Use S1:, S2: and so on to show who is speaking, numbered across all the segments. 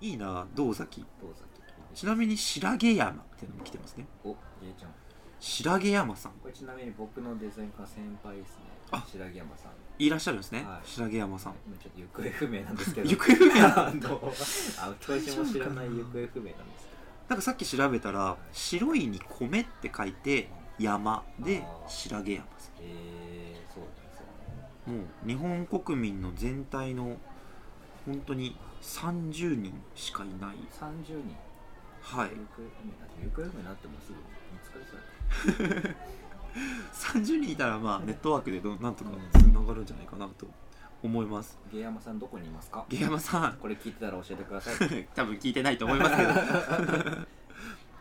S1: いいな銅崎
S2: 遠崎
S1: ちなみに白毛山っていうのも来てますね
S2: お J ちゃん
S1: 白毛山さん
S2: これちなみに僕のデザイン科先輩ですね
S1: あ
S2: 白木山さん
S1: いらっしゃるんですね、
S2: はい
S1: 白毛山さん
S2: 今ちょっと行方不明なんですけ ど
S1: 行方不明な
S2: あの あ私も知らない行方不明なんです
S1: なんかさっき調べたら白いに米って書いて山で
S2: あー
S1: 白毛山さ
S2: けどえー、そうなんですよね
S1: んもう日本国民の全体の本当に30人しかいない
S2: 30人
S1: はい
S2: 行方不明なんて行方不明になってもすぐ見つかりそうやね
S1: 30人いたらまあネットワークでどなんとかつながるんじゃないかなと思います
S2: 下山さんどこにいますか
S1: 毛山さん
S2: これ聞いてたら教えてくださ い
S1: 多分聞いてないと思いますけど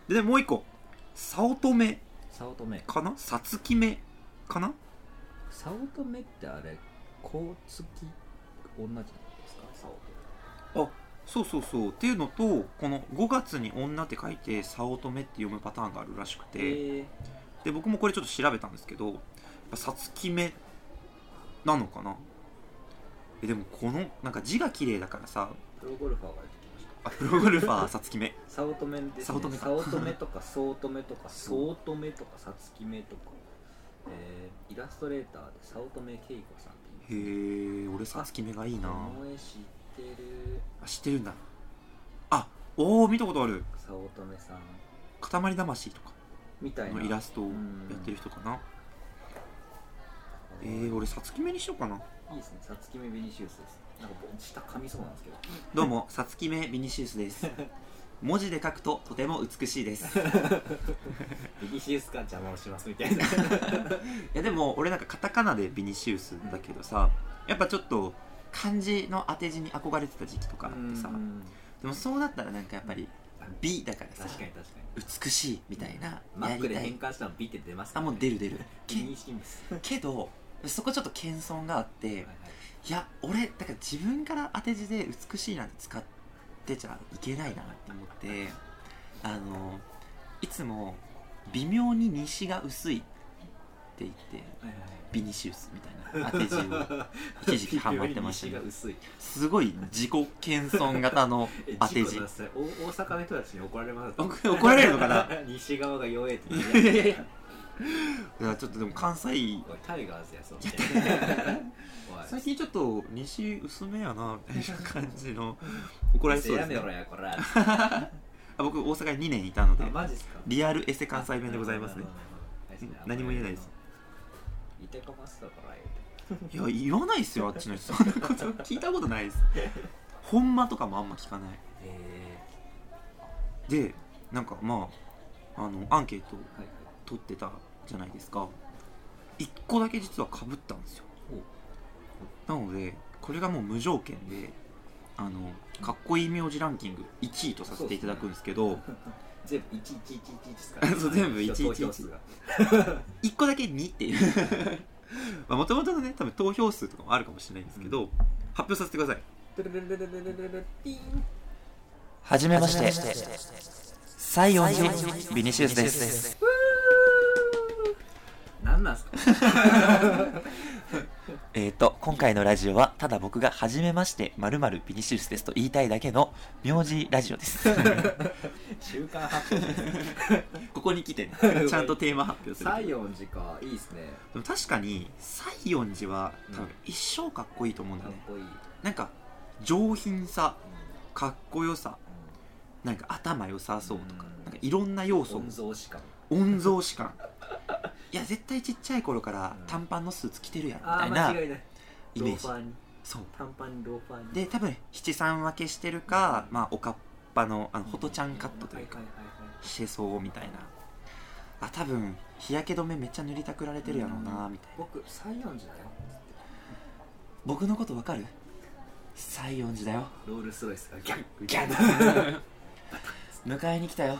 S1: でもう一個早乙女
S2: 早乙女
S1: かなさつきめかな
S2: 早乙女ってあれ甲月女じゃないですか早乙
S1: そうそうそうっていうのとこの5月に女って書いて早乙女って読むパターンがあるらしく
S2: 女
S1: て
S2: えー
S1: で僕もこれちょっと調べたんですけどやっぱさつきめなのかなえでもこのなんか字が綺麗だからさ
S2: プロゴルファーが出てきました
S1: あプロゴルファーさつきめ
S2: 早乙女です、
S1: 早乙、
S2: ね
S1: 女か
S2: 早乙女とか早乙女とか
S1: そう
S2: 早乙女とかさつきめとか、えー、イラストレーターで早乙女恵子さんって
S1: へ
S2: いう
S1: え俺さつきめがいいな
S2: この絵知ってる
S1: あ知ってるんだあおお見たことある
S2: 早乙女さん
S1: 塊魂とか
S2: みたい
S1: の
S2: な
S1: イラストをやってる人かなえー、俺さつきめにしようかない
S2: いですねさつきめビニシウスですなんかぼ下噛みそうなんですけど
S1: どうも、 さつきめビニシウスです。 文字で書くととても美しい です。い
S2: ビニシウスが邪魔をしますみたいな
S1: やでも、俺なんかカタカナでビニシウスだけどさ、やっぱちょっと漢字の当て字に憧れてた時期とかあってさ、
S2: うん
S1: でもそうだったらなんかやっぱり美だからさ
S2: 確、かに確かに
S1: 美しいみたいな、
S2: マ
S1: や
S2: ック
S1: り
S2: で
S1: た
S2: 変
S1: い。
S2: 換したのビって出ます
S1: あ、もう出る出る。け
S2: ビニシウス
S1: けど、そこちょっと謙遜があって、
S2: はいはい
S1: いや、俺、だから自分から当て字で美しいなんて使ってちゃいけないなって思って、あの、いつも、微妙に西が薄いって言って、
S2: はいはいはい
S1: ビニシウスみたいな当て字を、一時期ハマってましたね
S2: 西が薄い
S1: すごい自己謙遜型の
S2: え
S1: 当て
S2: 事
S1: 字
S2: 故。だそれお大阪の人たちに怒られますよ
S1: 怒怒られるのかな
S2: 西側が弱えって
S1: いやいやいやいやちょっとでも関西、
S2: おいタイガースやそう
S1: いや最近ちょっと西薄めやな、みたいな感じの、怒
S2: こ
S1: られそうですね
S2: やめ。ろやこら
S1: あ僕、大阪に2年いたので、
S2: マジっすか
S1: リアルエセ関西弁でございますね。うん何も言えないです
S2: いてこますだから言
S1: いや言わないですよあっちの人 そんなこと聞いたことないですほんまとかもあんま聞かないう
S2: てえ
S1: でなんかまああのアンケート
S2: ーはい
S1: 取ってたじゃないですか1個だけ実はかぶったんですよなのでこれがもう無条件であのかっこいい名字ランキング1位とさせていただくんですけど
S2: 全部1111ですから
S1: そう全部
S2: 人
S1: 1111
S2: 投票数が
S1: 1個だけ2っていう もともとのね多分投票数とかもあるかもしれないんですけど、発表させてください
S2: トゥルルルルルルルルルピーン
S1: はじめまして西園寺ビニシウスです
S2: 何なんすか
S1: えー、と今回のラジオはただ僕が「初めましてまるビニシウスです」と言いたいだけの名字ラジオです
S2: 週刊発表
S1: ここに来て、 ね、ちゃんとテーマ発表する
S2: 西園寺かいいっすね
S1: でも確かに西園寺は多分一生かっこいいと思うんだ
S2: か
S1: よ
S2: っ
S1: ね、
S2: こいい、うん
S1: なんか上品さかっこよさなんか頭良さそうとか,、
S2: うん
S1: なんかいろんな要素
S2: 温存しか
S1: 温存士 感いや絶対ちっちゃい頃から
S2: うん
S1: 短パンのスーツ着てるやんみ
S2: あ
S1: た
S2: あ
S1: い
S2: 間
S1: な
S2: 違いない
S1: イメージ
S2: ローファーに
S1: そう
S2: 短パンにローファーに
S1: で多分七三分けしてるか、まあ、おかっぱのあの
S2: うん
S1: ホトちゃんカットというか
S2: はいはいはいはい
S1: してそうみたいなあ多分日焼け止めめっちゃ塗りたくられてるやろうなみたいな
S2: 僕西園寺だよ
S1: 僕のことわかる西園寺だよ
S2: ロールスロイスがギャン
S1: ギャン迎えに来たよ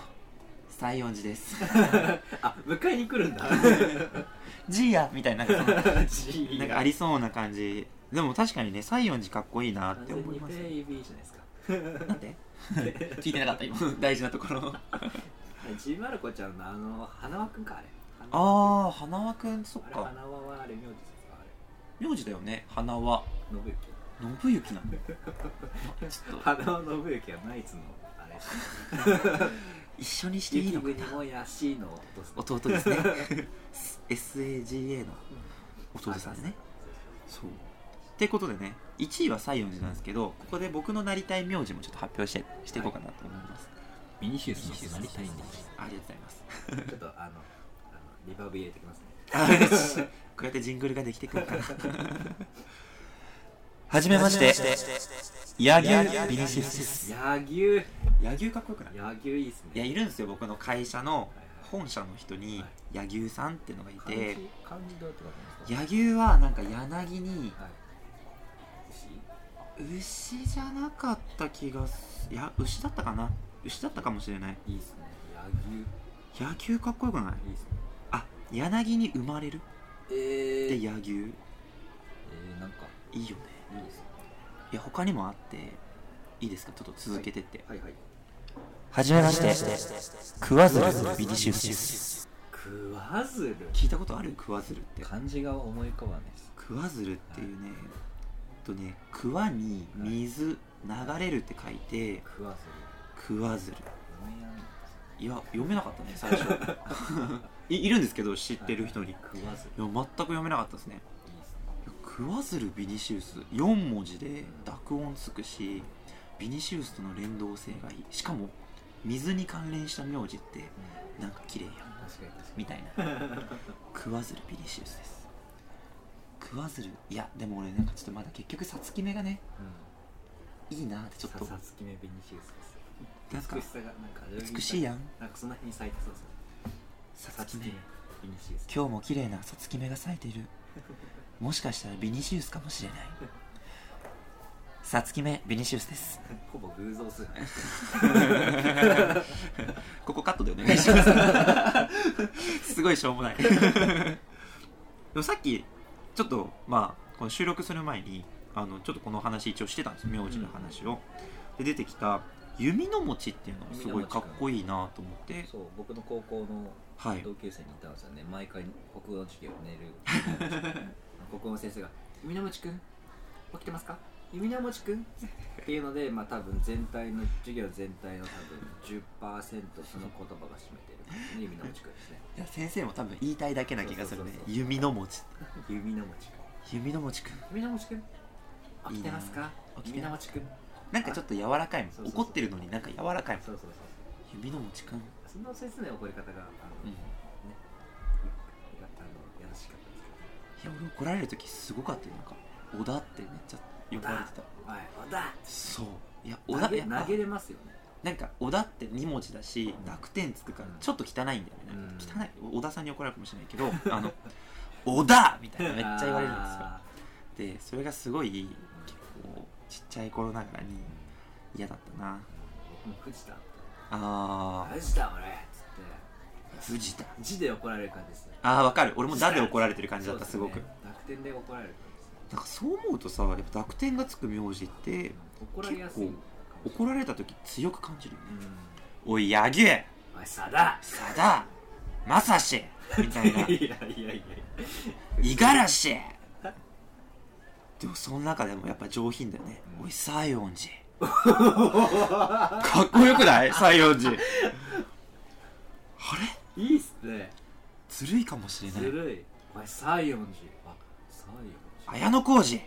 S1: 西園寺です
S2: あ迎えに来るん だ
S1: ジーヤみたいななん かその
S2: G
S1: なんかありそうな感じでも確かにね西園寺かっこいいなっ
S2: 完
S1: て
S2: 全
S1: 思い
S2: に
S1: ます
S2: ベイビーじゃないですか
S1: なんで聞いてなかった今 大事なところ
S2: ちびまる子ちゃんのあの花輪くんかあれ
S1: ああ花輪くんそっ
S2: あれ
S1: か
S2: 花輪はあれ名字ですかあれ
S1: 名字だよね花輪
S2: 信之
S1: 信行なんだちょっと
S2: 花尾信之はナイツのあれ
S1: 一緒にしていい
S2: 雪
S1: のか
S2: 国
S1: な
S2: もやしの弟さん
S1: 弟です ね SAGA の弟さんねそうってことでね1位は西園寺なんですけどここで僕のなりたい名字もちょっと発表してしていこうかなと思います、
S3: ミニシウスの人になりたいんです
S1: ありがとうございます
S2: ちょっとあのあのリバーブ入れてきますね
S1: あこうやってジングルができてくるかな はじめまして野球ビニシウスです
S2: 野球
S1: 野球かっこよくない
S2: 野球いいっす
S1: いや
S2: ね
S1: いるんですよ僕の会社の
S2: はい
S1: 本社の人に
S2: はい
S1: 「柳生さん」ってのがい
S2: はい
S1: て
S2: 漢字漢字どうやって書くんですか
S1: 柳生はなんか柳に
S2: はい牛
S1: 牛じゃなかった気がすいや牛だったかな牛だったかもしれない
S2: いいっすね野球
S1: 野球かっこよくない
S2: いいっすね
S1: あ柳に生まれる
S2: え
S1: で
S2: ー、
S1: 柳生
S2: えー、なんか
S1: いいよね
S2: いいですね
S1: いや他にもあっていいですかちょっと続けてって
S2: はいはい
S1: はじめまして桑鶴ビニシウスです
S2: クワズル
S1: 聞いたことある桑鶴って
S2: 漢字が思い浮かばないです
S1: 桑鶴っていうね、えっとね桑に水流れるって書いて
S2: クワズル
S1: 桑鶴
S2: 思いやん
S1: いや読めなかったね 最初いいるんですけど知ってる人に、い
S2: クワズル
S1: や全く読めなかったですね
S2: いいっす
S1: いや桑鶴ビニシウス4文字で濁音つくしビニシウスとの連動性がいいしかも水に関連した名字って
S2: ね、
S1: なんか綺麗や
S2: うん、確かに確かに
S1: みたい な桑鶴ビニシウスです桑鶴いやでも俺なんかちょっとまだ結局さつき目がねいいなってちょっ
S2: さ
S1: と
S2: さつきめベニシウスで
S1: な
S2: す
S1: んか
S2: 美しさがなんか
S1: 美しいや
S2: ん
S1: ん
S2: なんかその辺に咲いてそうそう
S1: さつき目
S2: ベニシウス
S1: 今日も綺麗なさつき目が咲いているもしかしたらビニシウスかもしれないさつき目ビニシウスです
S2: ほぼ偶像数なんです
S1: ここカットでお願いしますすごいしょうもない でもさっきちょっとまあこの収録する前にあのちょっとこの話一応してたんです名字の話を、で出てきた弓の持ちっていうのがすごいかっこいいなと思って
S2: そう僕の高校の
S1: はい
S2: 同級生にいたんですよね、毎回国語の授業寝る 国語の先生が「弓の持ちくん起きてますか弓の持ちくん」っていうのでまあ多分全体の授業全体の多分10%その言葉が占めてる、ね、弓の持ちくんですね
S1: いや先生も多分言いたいだけな気がするね
S2: そうそうそうそ
S1: 弓の持ち
S2: 弓の持ちくん
S1: 弓の持ちくん
S2: 弓の持ちくん起きてますか
S1: いいな起きて
S2: 弓の持ちくん
S1: なんかちょっと柔らかい
S2: そう
S1: もん
S2: そうそう
S1: 怒ってるのになんか柔らかいもん
S2: そうそうそうそう
S1: 指の持ちくん、
S2: その先生の怒り方があの、
S1: うん、い
S2: ねやあのやらしかったですけど
S1: や俺怒られる時すごかったよなんか「小田」ってめっちゃ呼ばれてた
S2: はい、おだ
S1: そういや小
S2: 投
S1: 田
S2: げ
S1: やっぱ
S2: 投げれますよね
S1: なんか「小田」って2文字だし
S2: うん
S1: 濁点つくから
S2: うん
S1: ちょっと汚いんだよねなんか
S2: うん
S1: 汚い小田さんに怒られるかもしれないけど「あの小田!」みたいなめっちゃ言われるんですよ
S2: あ
S1: でそれがすごい結構ちっちゃい頃ながらに嫌だったな
S2: ー僕も藤田って
S1: あ
S2: 藤田俺っつって
S1: ー藤田
S2: 字で怒られる感じですね
S1: あーわかる俺も「だ」で怒られてる感じだったす
S2: そう
S1: ご
S2: で
S1: く
S2: ね濁点で怒られる感じですね
S1: なんかそう思うとさやっぱ濁点がつく名字って
S2: 怒られやすい
S1: 結怒られた時強く感じるよね
S2: うん
S1: おい柳生
S2: おいさだ
S1: さだまさしみたい ない
S2: や いやいや
S1: 五十嵐でもその中でもやっぱ上品だよね、
S2: うん
S1: おい西園寺かっこよくない西園寺あれ
S2: いいっすね
S1: ずるいかもしれな
S2: ず
S1: い
S2: るいおい西園寺あ西園寺
S1: 綾小路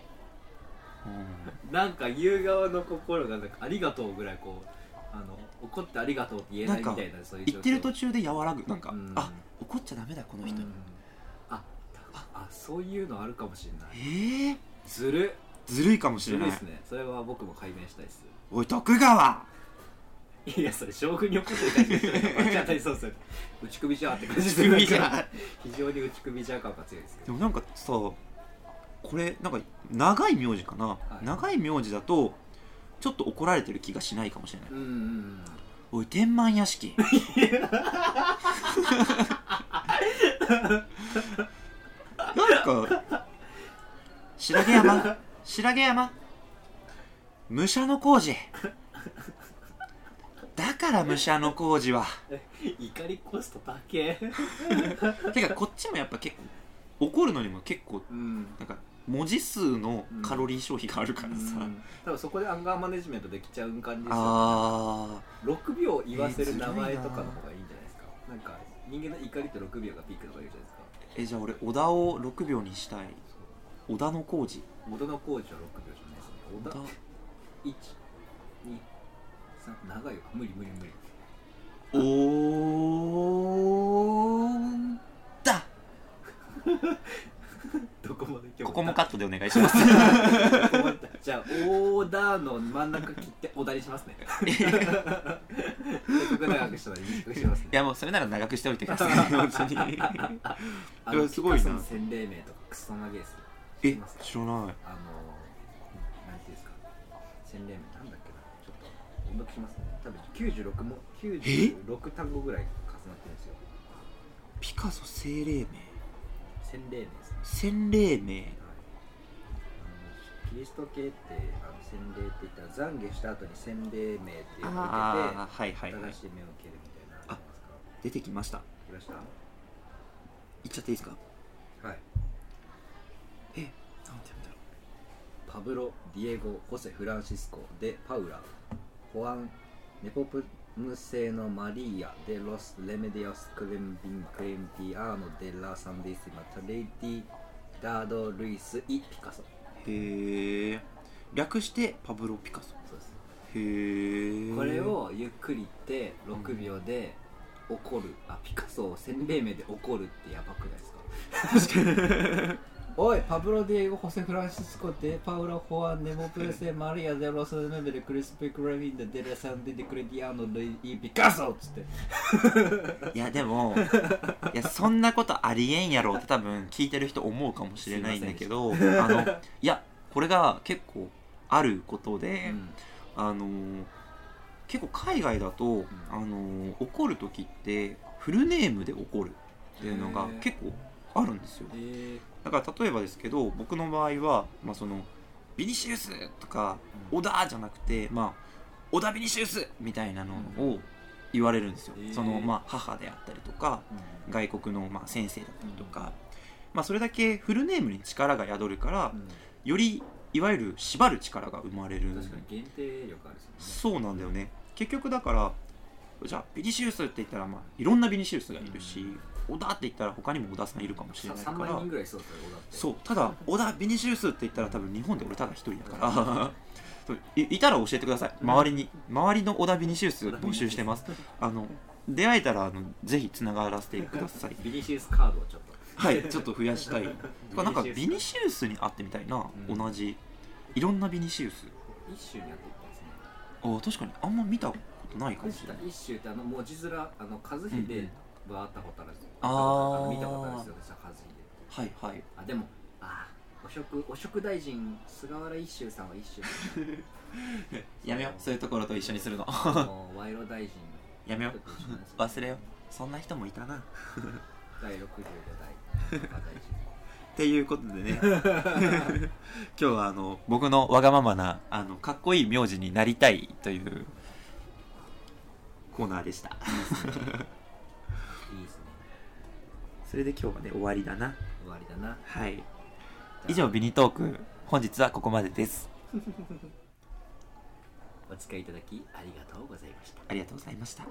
S1: うん
S2: なんか言う側の心がなんかありがとうぐらいこうあの怒ってありがとうって言えないみたいなそういう
S1: 言ってる途
S2: 中
S1: 中で和らぐなんか、
S2: うん
S1: あ怒っちゃダメだこの人、
S2: ああそういうのあるかもしれない
S1: ええ
S2: ずる
S1: ずるいかもし
S2: ず
S1: れ
S2: る
S1: ない
S2: いですねそれは僕も解明したいです
S1: おい徳川
S2: いやそれ将軍に怒ってる感じですよね当たりそうっすよね 打ち首じゃーって感じです
S1: 打ち首じゃー
S2: 非常に打ち首じゃー感が強いですけ
S1: で
S2: ど
S1: もなんかさこれなんか長い名字かな、
S2: い
S1: 長い名字だとちょっと怒られてる気がしないかもしれない
S2: うんうんうん
S1: おい天満屋敷なんか白毛山白毛山武者の工事だから武者の工事は
S2: 怒りコストだけ
S1: てかこっちもやっぱ結構怒るのにも結構
S2: うん
S1: なんか文字数のカロリー消費があるからさ、
S2: うん多分そこでアンガーマネジメントできちゃうん感じですよ
S1: あ
S2: 6秒言わせ
S1: えーず
S2: る
S1: るいな
S2: 名前とかの方がいいんじゃないですか、なんか人間の怒りと6秒がピークとか言うじゃないですか
S1: ーえじゃあ俺小田を6秒にしたい小田の工事
S2: 小田のコーチは6秒じゃないですね
S1: 小
S2: 小
S1: 田
S2: 田123長いわ無理無理無理
S1: おーだ
S2: どこまで行けば
S1: ここもカットでお願いします
S2: ど こまで行ったじゃあオーダーの真ん中切って小田にしますねせっかく長くしたのに短く しますね
S1: いやもうそれなら長くしておいてください 本当に
S2: あ
S1: い
S2: の
S1: やすごいな
S2: ピカソの洗礼名とかクソ長いですよ
S1: え知らない
S2: あのなんていうんですか洗礼名なんだっけなちょっと音読しますね多分96も96単語ぐらい重なってるんですよ
S1: ピカソ精霊名
S2: 洗礼名ですね
S1: 洗礼名
S2: はいあのキリスト系ってあの洗礼って言ったら懺悔した後に洗礼名っていうのを
S1: ああ
S2: 受
S1: はいはい
S2: けて
S1: はい
S2: 正しい目を受けるみたいなのあるじゃないですか
S1: 出てきました
S2: いらした
S1: 言っちゃっていいですか
S2: はい、
S1: えなんて言うんだろ
S2: パブロ、ディエゴ、ホセ・フランシスコ、デ・パウラ、ホアン、ネポプム製のマリア、デ・ロス・レメディオス・クレンビン・クレンティアーノ・デ・ラ・サンディスマ・トレイティ・ダード・ルイス・イ・ピカソ
S1: うへえ略してパブロ・ピカソ
S2: そうです
S1: へえ
S2: これをゆっくり言って6秒で怒る、あピカソを洗礼名で怒るってやばくないですかおいパブロ・ディエゴ・ホセ・フランシスコ・デ・パウロ・ホアン・ネモ・プレセ・マリア・デ・ロス・メベル・クリスピ・クレミンダ・デ・レ・サンデ・デ・クレディアーノ・ルイ・ピカソっつって
S1: いやでもいやそんなことありえんやろって多分聞いてる人思うかもしれないんだけどあのいやこれが結構あることで、あのー結構海外だと、あのー怒る時ってフルネームで怒るっていうのが
S2: へー
S1: 結構あるんですよ
S2: えー
S1: だから例えばですけど僕の場合は、まあ、そのビニシウスとかオダじゃなくて、まあ、オダビニシウスみたいなのを言われるんですよ、
S2: へー
S1: そのまあ、母であったりとか
S2: うん
S1: 外国のまあ先生だったりとか、まあ、それだけフルネームに力が宿るからよりいわゆる縛る力が生まれる
S2: うん確かに限定力あるですよ
S1: そ
S2: ね
S1: うなんだよね結局だからじゃあビニシウスって言ったら、まあ、いろんなビニシウスがいるし、小田って言ったら他にも小田さんいるかもしれないか
S2: 3
S1: ら
S2: 万人ぐらいそうですよオダって
S1: そうただ小田ビニシウスって言ったら多分日本で俺ただ一人だから そういいたら教えてください周りに周りの小田ビニシウス募集してますあの出会えたらあのぜひつながらせてください
S2: ビニシウスカードをちょっと
S1: はいちょっと増やしたいてかなんかビニシ
S2: シ
S1: ウスに会ってみたいな、
S2: うん
S1: 同じいろんなビニシウス
S2: ウス一種になっていったんですね
S1: あ確かにあんま見たことないかもしれない
S2: 一周ってあの文字面あの和秀はあったことあるんですよ、
S1: うん
S2: あ
S1: あー
S2: の見たことあるんですよ私は和秀
S1: はいはい
S2: あでもあー汚職汚職大臣菅原一秀さんは一秀
S1: やめようそういうところと一緒にする の
S2: あの賄賂大臣
S1: やめよう
S2: と一緒なんです
S1: 忘れようそんな人もいたなっ
S2: 第65代菅原大臣
S1: ていうことで ね今日はあの僕のわがままなあのかっこいい名字になりたいというコーナーでした
S2: いいですね
S1: それで今日はね終わりだな
S2: 終わりだな
S1: はい以
S2: じゃあ
S1: 上ビニトーク本日はここまでです
S2: お使いいただきありがとうございました
S1: ありがとうございました